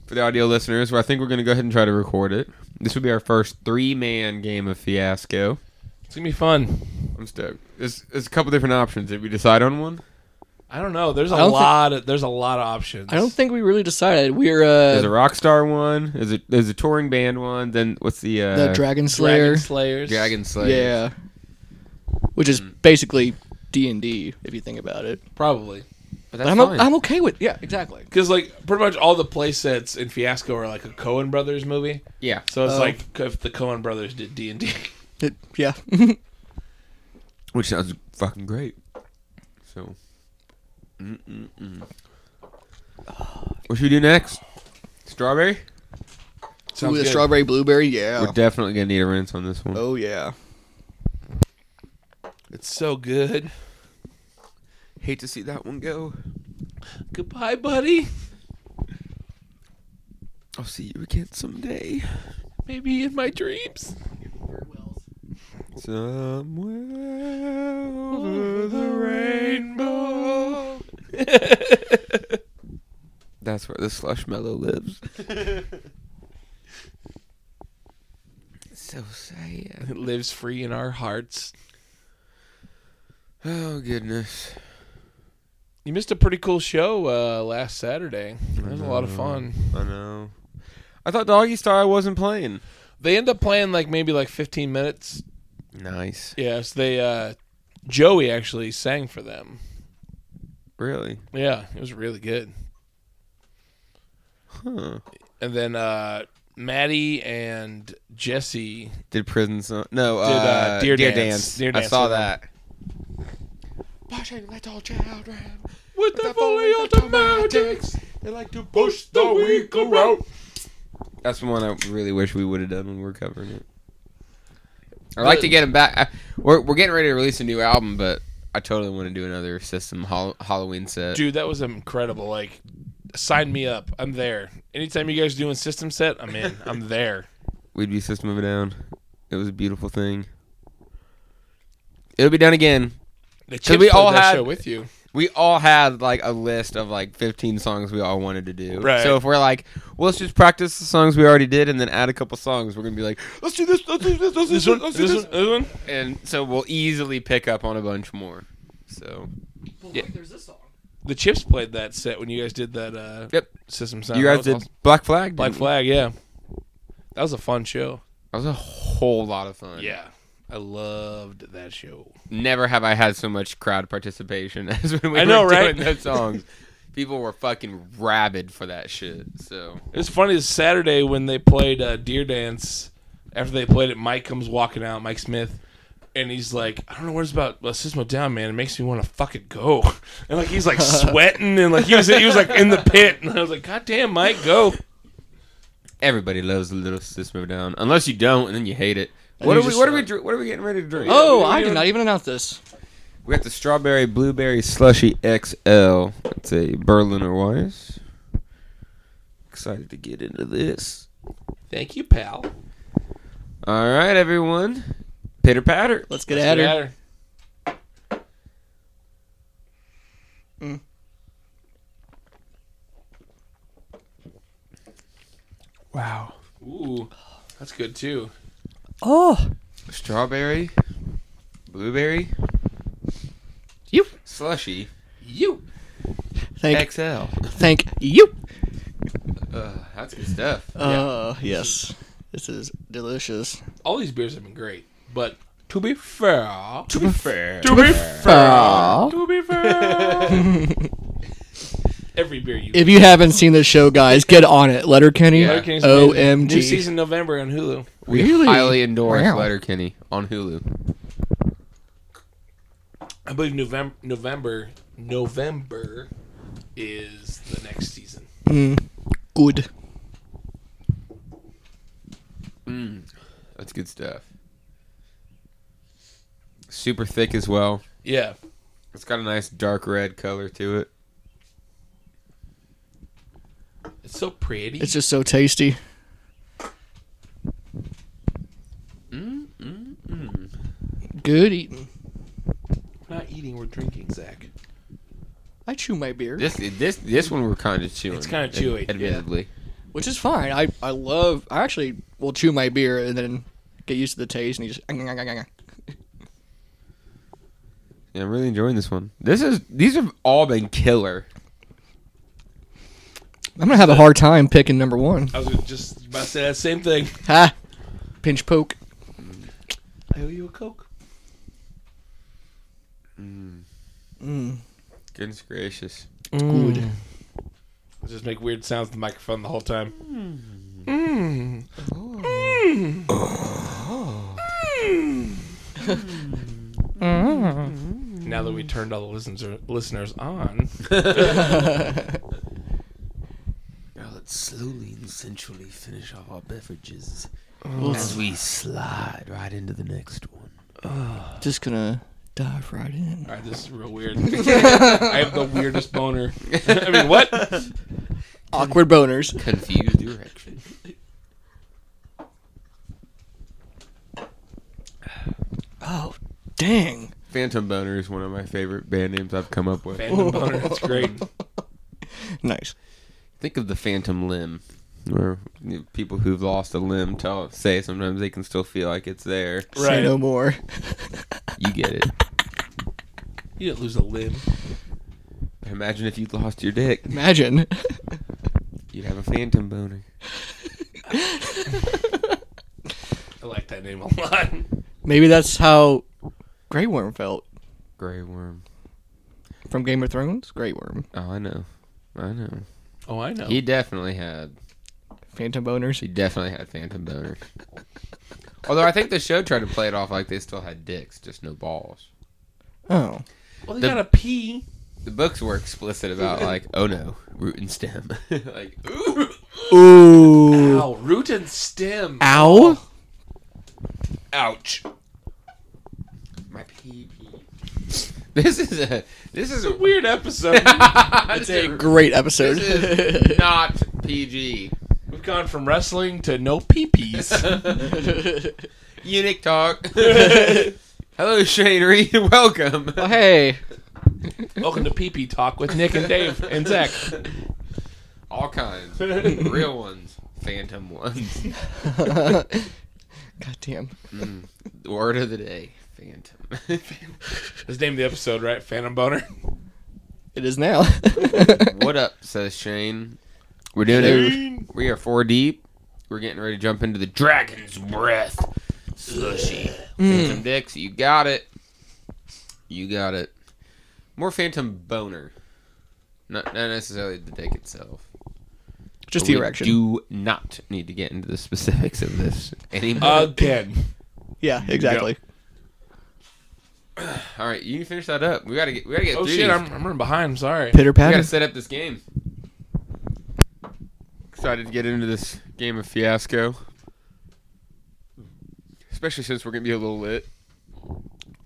for the audio listeners, I think we're gonna go ahead and try to record it. This will be our first three-man game of Fiasco. It's gonna be fun. I'm stoked. There's, there's a couple different options. Did we decide on one? I don't know. There's a I don't thi- lot. of, there's a lot of options. I don't think we really decided. We're There's a uh, rock star one. There's a there's a touring band one. Then what's the uh, the Dragon Slayer. Dragon Slayers. Dragon Slayer? Yeah. Which is basically D and D, if you think about it. Probably. But But that's I'm, fine. i I'm okay with yeah, exactly. Because like pretty much all the play sets in Fiasco are like a Cohen Brothers movie, yeah. so it's Oh. like if the Cohen Brothers did D and D. It- yeah. Which sounds fucking great. So, mm-mm-mm. what should we do next? Strawberry? Ooh, Sounds the good. strawberry blueberry, yeah. We're definitely gonna need a rinse on this one. oh yeah. It's so good. Hate to see that one go. Goodbye, buddy. I'll see you again someday. Maybe in my dreams. Somewhere over the rainbow. That's where the slush mellow lives. so sad. It lives free in our hearts. Oh goodness. You missed a pretty cool show uh, last Saturday. That was a lot of fun. I know. I thought Doggy Star wasn't playing. They end up playing like maybe like 15 minutes Nice. Yes, they uh Joey actually sang for them. Really? Yeah, it was really good. Huh. And then uh Maddie and Jesse Did prison song? No. Did, uh, Deer Deer Dance. Dance. Deer I Dance saw with them. that. with the fully automatics. They like to push the weak around. That's the one I really wish we would have done when we were covering it. I'd like to get him back. I, we're, we're getting ready to release a new album, but I totally want to do another System hol- Halloween set. Dude, that was incredible. Like sign me up. I'm there. Anytime you guys doing system set, I'm in. I'm there. We'd be System of a Down. It was a beautiful thing. It'll be done again. The So kids we we all all that had- show with you. We all had like a list of like 15 songs we all wanted to do. Right. So if we're like, well, let's just practice the songs we already did and then add a couple songs, we're gonna be like, let's do this, let's do this, let's do this, This one, oh, let's this do one, uh, this, this one. and so we'll easily pick up on a bunch more. So Yeah. there's this song. The Chips played that set when you guys did that uh Yep. system sound. you That guys was did Mm-hmm. awesome. Black Flag. Black didn't you? Flag, yeah. That was a fun show. That was a whole lot of fun. Yeah. I loved that show. Never have I had so much crowd participation as when we I were know, doing right? those songs. People were fucking rabid for that shit. So It was funny this Saturday when they played uh, Deer Dance. After they played it, Mike comes walking out, Mike Smith, and he's like, "I don't know what it's about well, System of a Down, man. It makes me want to fucking go." And like he's like sweating and like he was he was like in the pit, and I was like, "God damn, Mike, go!" everybody loves a little System of a Down, unless you don't, and then you hate it. And What you are we? just What are we? like- dr- What are we getting ready to drink? Oh, we- we I did don't- not even announce this. We got the strawberry blueberry slushy XL. It's a Berliner Weiss. Excited to get into this. Thank you, pal. All right, everyone, pitter patter. Let's get at her. Mm. Wow. Ooh, that's good too. Oh, Strawberry, blueberry, you. slushy You. Thank XL. thank you. Uh, that's good stuff. Uh, yes. This is delicious. All these beers have been great, but to be fair, To be fair, to be fair, to be fair, every beer you If you haven't seen the show, guys, get on it. Letterkenny. Yeah. Hurricanes OMG. New season November on Hulu. we Really? highly endorse Wow. Letterkenny on Hulu. I believe November November November is the next season. Good. That's good stuff. Super thick as well. Yeah. It's got a nice dark red color to it. It's so pretty. It's just so tasty. Good eating. We're not eating, we're drinking, Zach. I chew my beer, This this this one we're kind of chewing. It's kinda ad- chewy, yeah. admittedly. which is fine. I, I love. I actually will chew my beer and then get used to the taste and you just. Yeah. I'm really enjoying this one. This is these have all been killer. I'm gonna have a hard time picking number one. I was just about to say that same thing. Ha! Pinch poke. I owe you a Coke. Goodness gracious. Good. I just make weird sounds with the microphone the whole time. Mm. Now that we turned all the listeners listeners on, Now let's slowly and sensually finish off our beverages as we slide right into the next one. Just gonna dive right in. all right, this is real weird. I have the weirdest boner. I mean, what? Awkward boners. Confused direction. Oh, dang. Phantom Boner is one of my favorite band names I've come up with. Phantom boner. That's great. Nice. Think of the phantom limb, where you know, people who've lost a limb tell say sometimes they can still feel like it's there. Say no Right. more. You get it. You didn't lose a limb. Imagine if you lost your dick, Imagine. you'd have a phantom boner. I like that name a lot. Maybe that's how Grey Worm felt Grey worm. from Game of Thrones. Grey Worm. Oh, I know. I know. Oh, I know. He definitely had. Phantom He boners. definitely had phantom boner. Although I think the show tried to play it off like they still had dicks, just no balls. Oh. Well, they The- got a pee. The books were explicit about like, oh no, root and stem. like, ooh. Ooh. Ow, root and stem. Ow. Ouch. My pee pee. This is a this is a Weird episode. it's a Great episode. This is not PG. We've gone from wrestling to no peepees. Eunuch talk. Hello, Shane Reed. Welcome. Oh, hey. Welcome to PP Talk with Nick and Dave and Zach. All kinds, real ones, phantom ones. God damn. Word of the day, phantom. That's the name of the episode, right? Phantom Boner. It is now. what up? Says Shane. We're doing it. We are four deep. We're getting ready to jump into the dragon's breath slushy. Phantom dicks, you got it. You got it. More phantom boner. Not, not necessarily the dick itself. Just But the we erection. Do not need to get into the specifics of this Uh, anymore. Again. yeah, exactly. All right, you can finish that up. We gotta get. We gotta get Oh through. shit, these. I'm, I'm running behind. Sorry. Pitter we gotta patter. set up this game. Excited to get into this game of fiasco, especially since we're gonna be a little lit.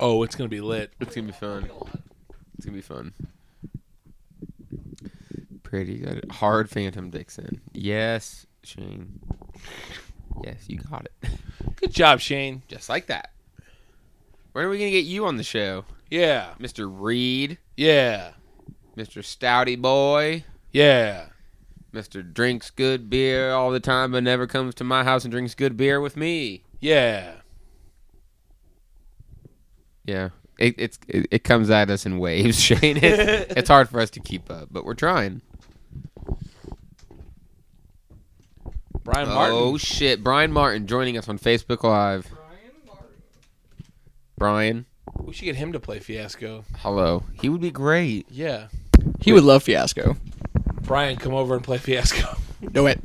Oh, it's gonna be lit. It's gonna be fun. It's gonna be fun. Pretty good. Hard Phantom Dixon. Yes, Shane. Yes, you got it. Good job, Shane. Just like that. When are we gonna get you on the show, Yeah. Mister Reed, Yeah. Mister Stouty Boy? Yeah. Mr. drinks good beer all the time, but never comes to my house and drinks good beer with me. Yeah. Yeah, it it's, it, it comes at us in waves, Shane. It, it's hard for us to keep up, but we're trying. Brian Martin. Oh shit, Brian Martin joining us on Facebook Live. Brian, We should get him to play Fiasco. hello. He would be great. Yeah. He would love Fiasco. Brian, come over and play Fiasco. Do it.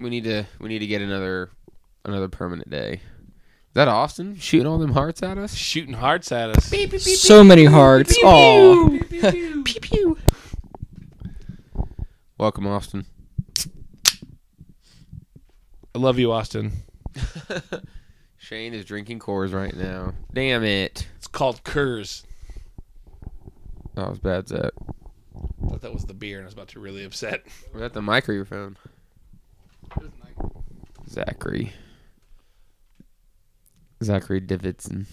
We need to we need to get another another permanent day. Is that Austin shooting all them hearts at us? Shooting hearts at us. So many hearts. Aw. Pew, pew. Welcome, Austin. I love you, Austin. Shane is drinking Coors right now. Damn it. It's called Kurz. That was bad, Zach. I thought that was the beer, and I was about to really upset. Was that the mic or your phone? Zachary. Zachary Davidson.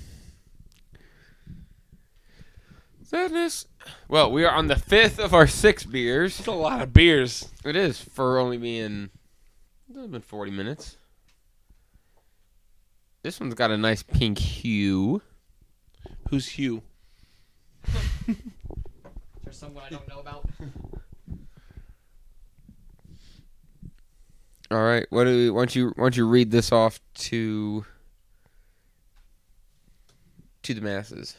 Sadness. Well, we are on the fifth of our six beers. It's a lot of beers. It is for only being. It's been 40 minutes. This one's got a nice pink hue. Who's Hugh? There's someone I don't know about. All right, what do we, why don't you why don't you read this off to to the masses?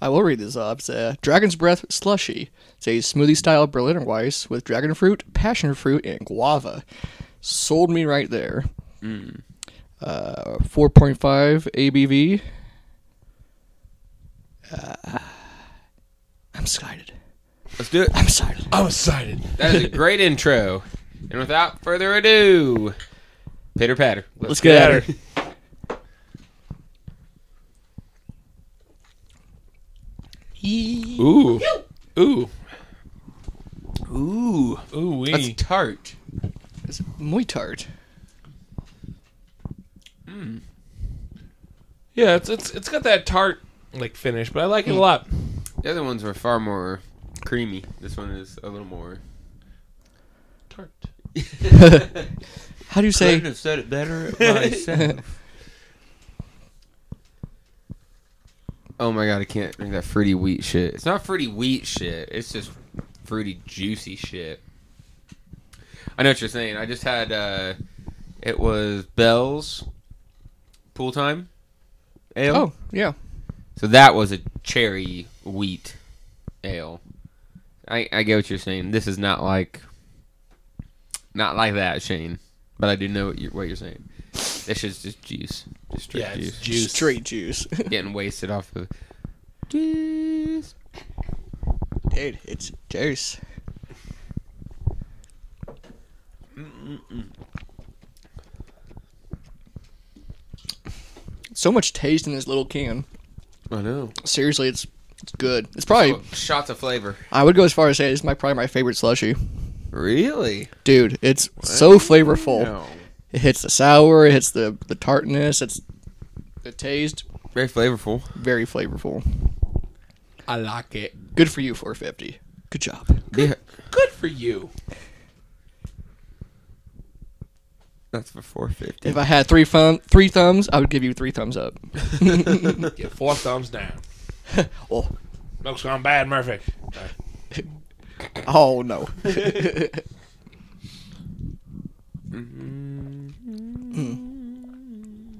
I will read this up. It's a Dragon's Breath slushy. It's a smoothie style Berliner Weiss with dragon fruit, passion fruit, and guava. Sold me right there. Uh, 4.5 ABV. Uh, I'm excited. Let's do it. I'm excited. I'm excited. That is a great intro. And without further ado, pitter patter. Let's get at her. Ooh. Ooh. Ooh, Ooh wee. that's tart. It's muy tart. yeah, it's it's it's got that tart like finish, but I like it a lot. The other ones were far more creamy. This one is a little more. Tart. How do you say? have said it better oh my god, I can't drink that fruity wheat shit. It's not fruity wheat shit. It's just fruity juicy shit. I know what you're saying. I just had uh it was Bell's pool time ale. Oh, yeah. So that was a cherry wheat ale. I, I get what you're saying. This is not like not like that, Shane. But I do know what you're what you're saying. This is just juice, just straight Yeah, it's juice, juice. Straight juice. getting wasted off of juice. Dude, it's juice. So much taste in this little can. I know. Seriously, it's it's good. It's probably shots of flavor. I would go as far as say it's my probably my favorite slushy. Really? Dude, it's so flavorful. No. It hits the sour, it hits the the tartness, it's the taste Very flavorful. very flavorful. I like it. Good for you 450. Good job. Yeah, Good for you. that's for four fifty. If I had three thumb three thumbs, I would give you three thumbs up. Get four thumbs down. Oh, Milk's gone bad, Murphy. oh no.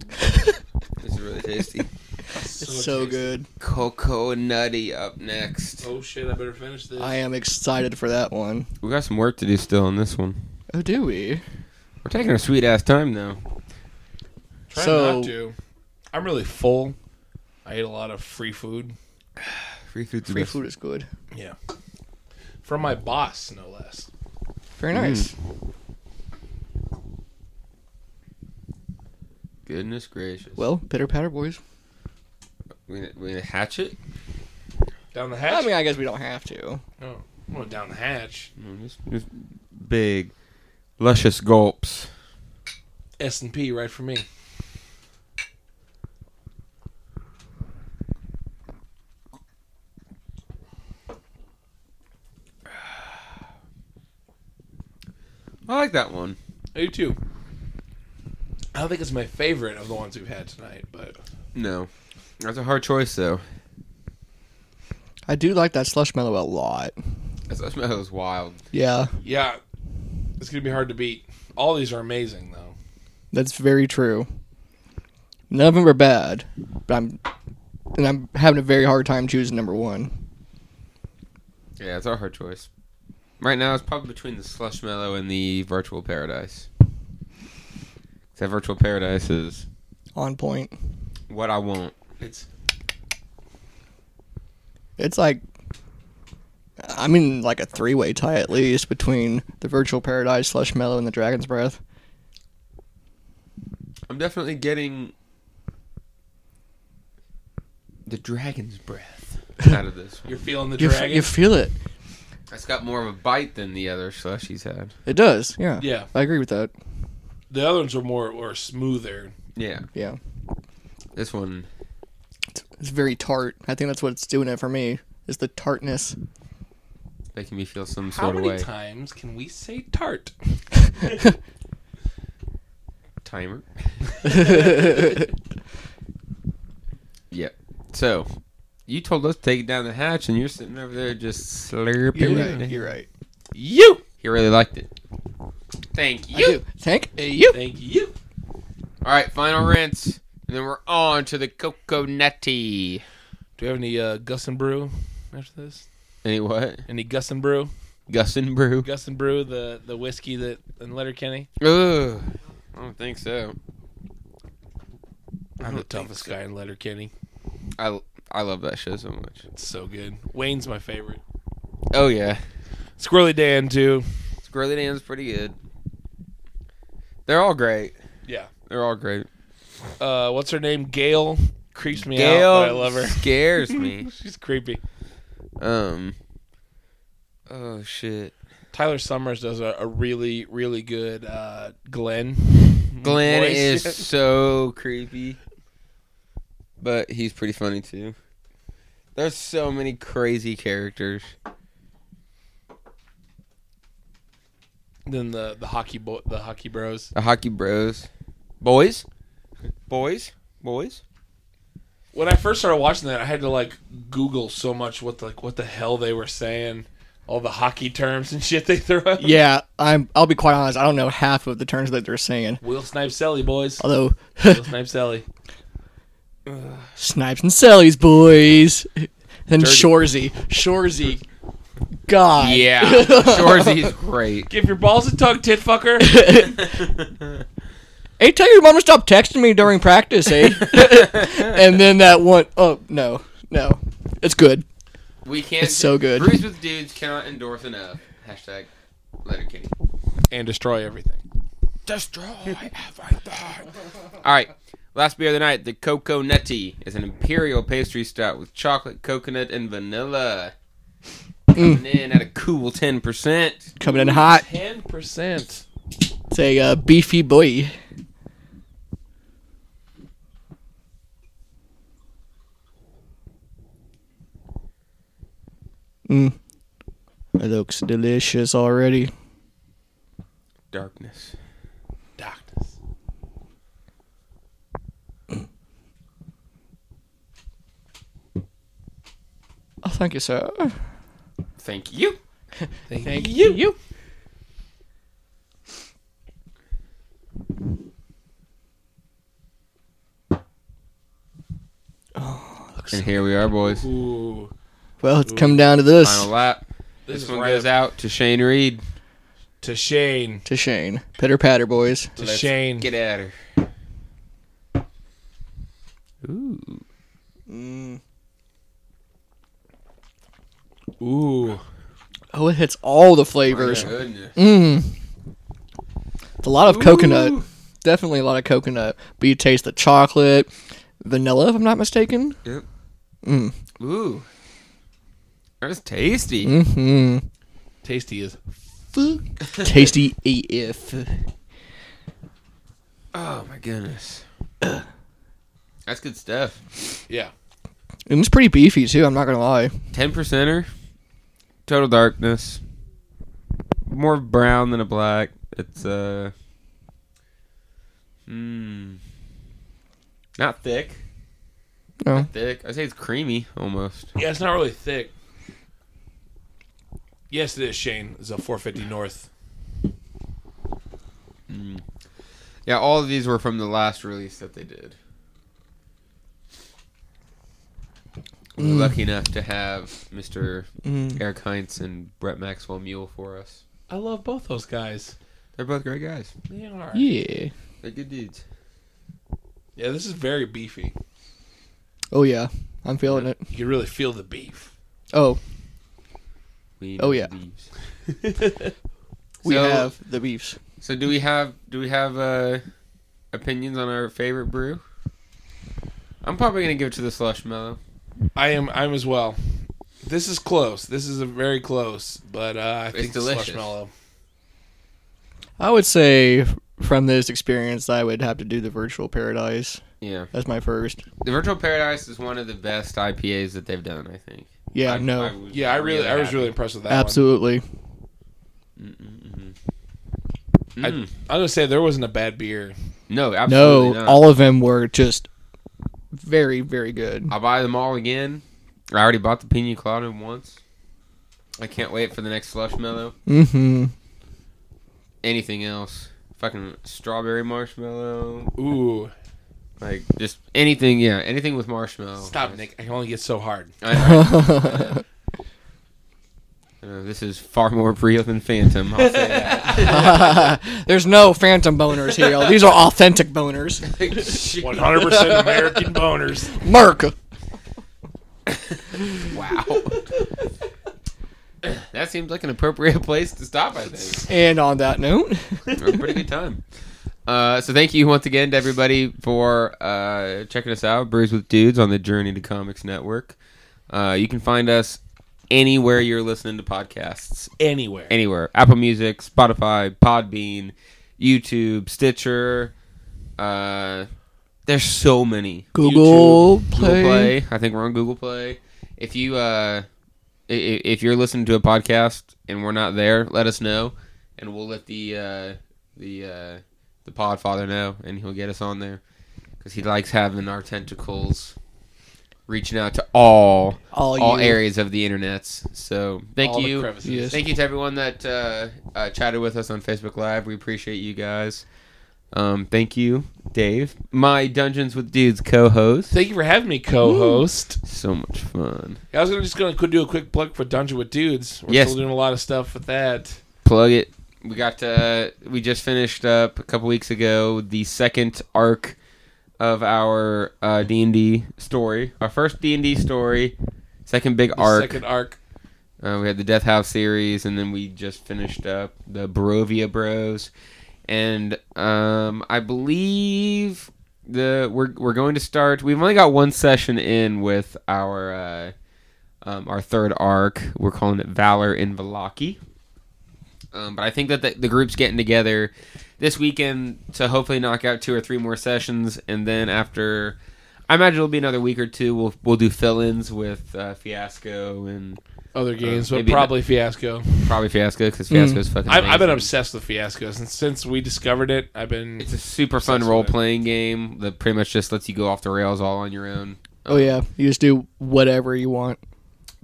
This is really tasty. It's so good. Cocoa nutty up next. Oh shit! I better finish this. I am excited for that one. We got some work to do still on this one. Oh, do we? We're taking our sweet ass time though. Try So- not to. I'm really full. I ate a lot of free food. Free food's the Free best. food is good. Yeah. From my boss, no less. Very nice. Goodness gracious. Well, pitter patter, boys. we gonna, we gonna hatch it. Down the I hatch. mean, I guess we don't have to. oh, I'm going down the hatch. Mm, Just, just big, luscious gulps. S and P, right for me. I like that one. I do too. I don't think it's my favorite of the ones we've had tonight, but No, that's a hard choice though. I do like that slush mellow a lot. That's, that smells wild. Yeah, yeah, it's gonna be hard to beat. All these are amazing, though. that's very true. None of them are bad, but I'm and I'm having a very hard time choosing number one. Yeah, it's a hard choice. Right now, it's probably between the slush mellow and the virtual paradise. 'Cause That virtual paradise is On point. what I want. It's It's like I mean, like a three-way tie at least between the virtual paradise slush mellow and the dragon's breath. I'm definitely getting the dragon's breath out of this. One. you're feeling the You, f- dragon. you feel it. That's got more of a bite than the other slushies had. It does. Yeah. Yeah. I agree with that. the other ones are more or smoother. Yeah, Yeah. this one. It's very tart. I think that's what's doing it for me. Is the tartness. making me feel some How sort of many way. times can we say tart? Timer. yeah. So, you told us to take it down the hatch, and you're sitting over there just slurping. it. right. You. He really liked it. Thank I do. you. Thank you. Thank you. All right, final rinse, and then we're on to the cocoa nutty. Do we have any uh, Gus and Brew after this? Any what? Any Gus and Brew? Gus and Brew. Gus and Brew, the, the whiskey that in Letterkenny. Ugh. I don't think so. I'm the toughest guy in Letterkenny. I I love that show so much. It's so good. Wayne's my favorite. Oh yeah. Squirrely Dan too. Squirrely Dan's pretty good. They're all great. Yeah. They're all great. Uh, what's her name? Gail creeps me Gail out, but I love her. scares me. She's creepy. Um. Oh shit. Tyler Summers does a, a really, really good uh, Glenn. Glenn voice. is so creepy, but he's pretty funny too. There's so many crazy characters. Then the the hockey bo- the hockey bros. The hockey bros, boys, boys, boys. When I first started watching that, I had to like Google so much what the, like what the hell they were saying, all the hockey terms and shit they throw. out. Yeah, I'm. I'll be quite honest. I don't know half of the terms that they're saying. Will snipe Selly boys. Although, Will snipe Selly. snipes and sellies, boys. Then Dirty. Shorzy, Shorzy, God. Yeah, Shorzy's great. Give your balls a tug, tit fucker. Hey, tell your mom to stop texting me during practice, eh? and then that one oh no, no, it's good. We can't. It's so good. Brews with dudes cannot endorse enough. Hashtag Letterkenny. and destroy everything. All right. Last beer of the night, the Coco Nutty is an imperial pastry stout with chocolate, coconut, and vanilla. Coming Mm. in at a cool ten percent. Coming in hot. Ten percent. It's a uh, beefy boy. Mm. It looks delicious already. Darkness. Darkness. Oh, thank you, sir. Thank you. Thank, you. you. And here we are, boys. Ooh. Well, it's come down to this. Final lap. This, This is one right goes up out to Shane Reed. to Shane. To Shane. Pitter patter, boys. To Shane. Get at her. Ooh. Oh, it hits all the Oh, flavors. Goodness. Mmm. It's a lot of coconut. Definitely a lot of coconut. But you taste the chocolate, vanilla, if I'm not mistaken. Yep. Mm. Ooh. That was tasty. hmm Tasty is. Tasty AF. Oh my goodness. That's good stuff. Yeah. And it's pretty beefy, too, I'm not going to lie. Ten percenter. Total darkness. More brown than a black. It's uh. Mmm. Not thick. No. Not thick. I'd say it's creamy almost. Yeah, it's not really thick. Yes, it is, Shane. It's a 450 North. Yeah, all of these were from the last release that they did. We Mm. We're lucky enough to have Mr. Eric Heinz and Brett Maxwell Mule for us. I love both those guys. They're both great guys. They are. Yeah. They're good dudes. Yeah, this is very beefy. Oh, yeah. I'm feeling it. You can really feel the beef. Oh, We Oh, yeah. leaves. we So- have the beefs. So do we have do we have uh, opinions on our favorite brew? I'm probably gonna give it to the slush mellow. I am. I'm as well. This is close. This is a very close, but uh, I think delicious. Slushmallow. I would say from this experience, I would have to do the virtual paradise. Yeah, That's my first. the Virtual Paradise is one of the best IPAs that they've done. I think. Yeah, I- no. was Yeah, I really, I was happy. really impressed with that. absolutely. One. I, Mm. I'm gonna say there wasn't a bad beer. no, absolutely No, not. all of them were just very, very good. I'll buy them all again. I already bought the Pina Colada once. I can't wait for the next slush mellow. Mm-hmm. Anything else? Fucking strawberry marshmallow. Ooh, Like just anything, yeah, anything with marshmallow. Stop, Nick. I can only get so hard. I know. I know, this is far more real than Phantom. I'll say that. There's no phantom boners here. y'all. These are authentic boners. One hundred percent American boners. Merc. wow. that seems like an appropriate place to stop. I think. And on that note, a pretty good time. Uh, so thank you once again to everybody for uh, checking us out, Brews with Dudes on the Journey to Comics Network. Uh, you can find us anywhere you're listening to podcasts, Anywhere. anywhere Apple Music, Spotify, Podbean, YouTube, Stitcher. Uh, there's so many. Google Play. Google Play. I think we're on Google Play. If you uh, i- i- if you're listening to a podcast and we're not there, let us know, and we'll let the uh, the uh, the Podfather know, and he'll get us on there because he likes having our tentacles reaching out to all All all you. areas of the internets. So thank All the you, crevices. Yes. thank you to everyone that uh, uh, chatted with us on Facebook Live. We appreciate you guys. Um, thank you, Dave, my Dungeons with Dudes co-host. Thank you for having me, co-host. So much fun. I was gonna, just going to do a quick plug for Dungeon with Dudes. We're Yes. still doing a lot of stuff with that. plug it. We got uh, we just finished up a couple weeks ago the second arc of our uh, D and D story, our first D and D story, second big The arc. Second arc. Uh, we had the Death House series, and then we just finished up the Barovia Bros, and um, I believe the we're we're going to start. We've only got one session in with our uh, um, our third arc. We're calling it Valor in Valaki. Um, but I think that the, the group's getting together this weekend to hopefully knock out two or three more sessions, and then after, I imagine it'll be another week or two. We'll we'll do fill-ins with uh, Fiasco and Other games, but Uh, maybe probably Fiasco. probably Fiasco because Fiasco's fucking. I've, I've been amazing. obsessed with Fiasco since since we discovered it. I've been It's a super fun obsessed with role it. playing game that pretty much just lets you go off the rails all on your own. oh yeah, you just do whatever you want.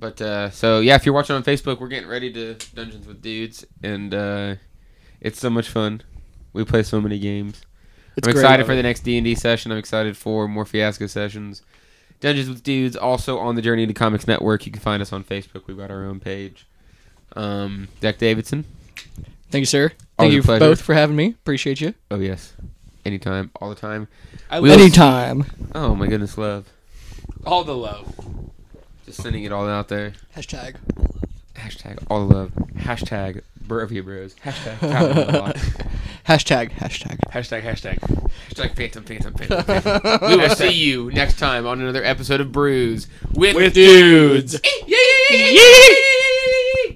But uh, so yeah, if you're watching on Facebook, we're getting ready to Dungeons with Dudes, and uh, it's so much fun. We play so many games. It's I'm great. excited for the next D and D session. I'm excited for more Fiasco sessions. Dungeons with Dudes also on the Journey to Comics Network. You can find us on Facebook. We've got our own page. Um, Zach Davidson. Thank you, sir. Always Thank a you pleasure. both for having me. Appreciate you. Oh yes, anytime, all the time. I We love Anytime. Oh my goodness, love. all the love. Just sending it all out there. Hashtag. Hashtag all the love. Hashtag Barovia Bros. Hashtag Captain of the Lock. Hashtag. Hashtag. Hashtag hashtag. Hashtag Phantom Phantom Phantom. Phantom. we will see you next time on another episode of Brews with, With dudes. Yeah, yeah, yeah, yeah, yeah, yeah, yeah.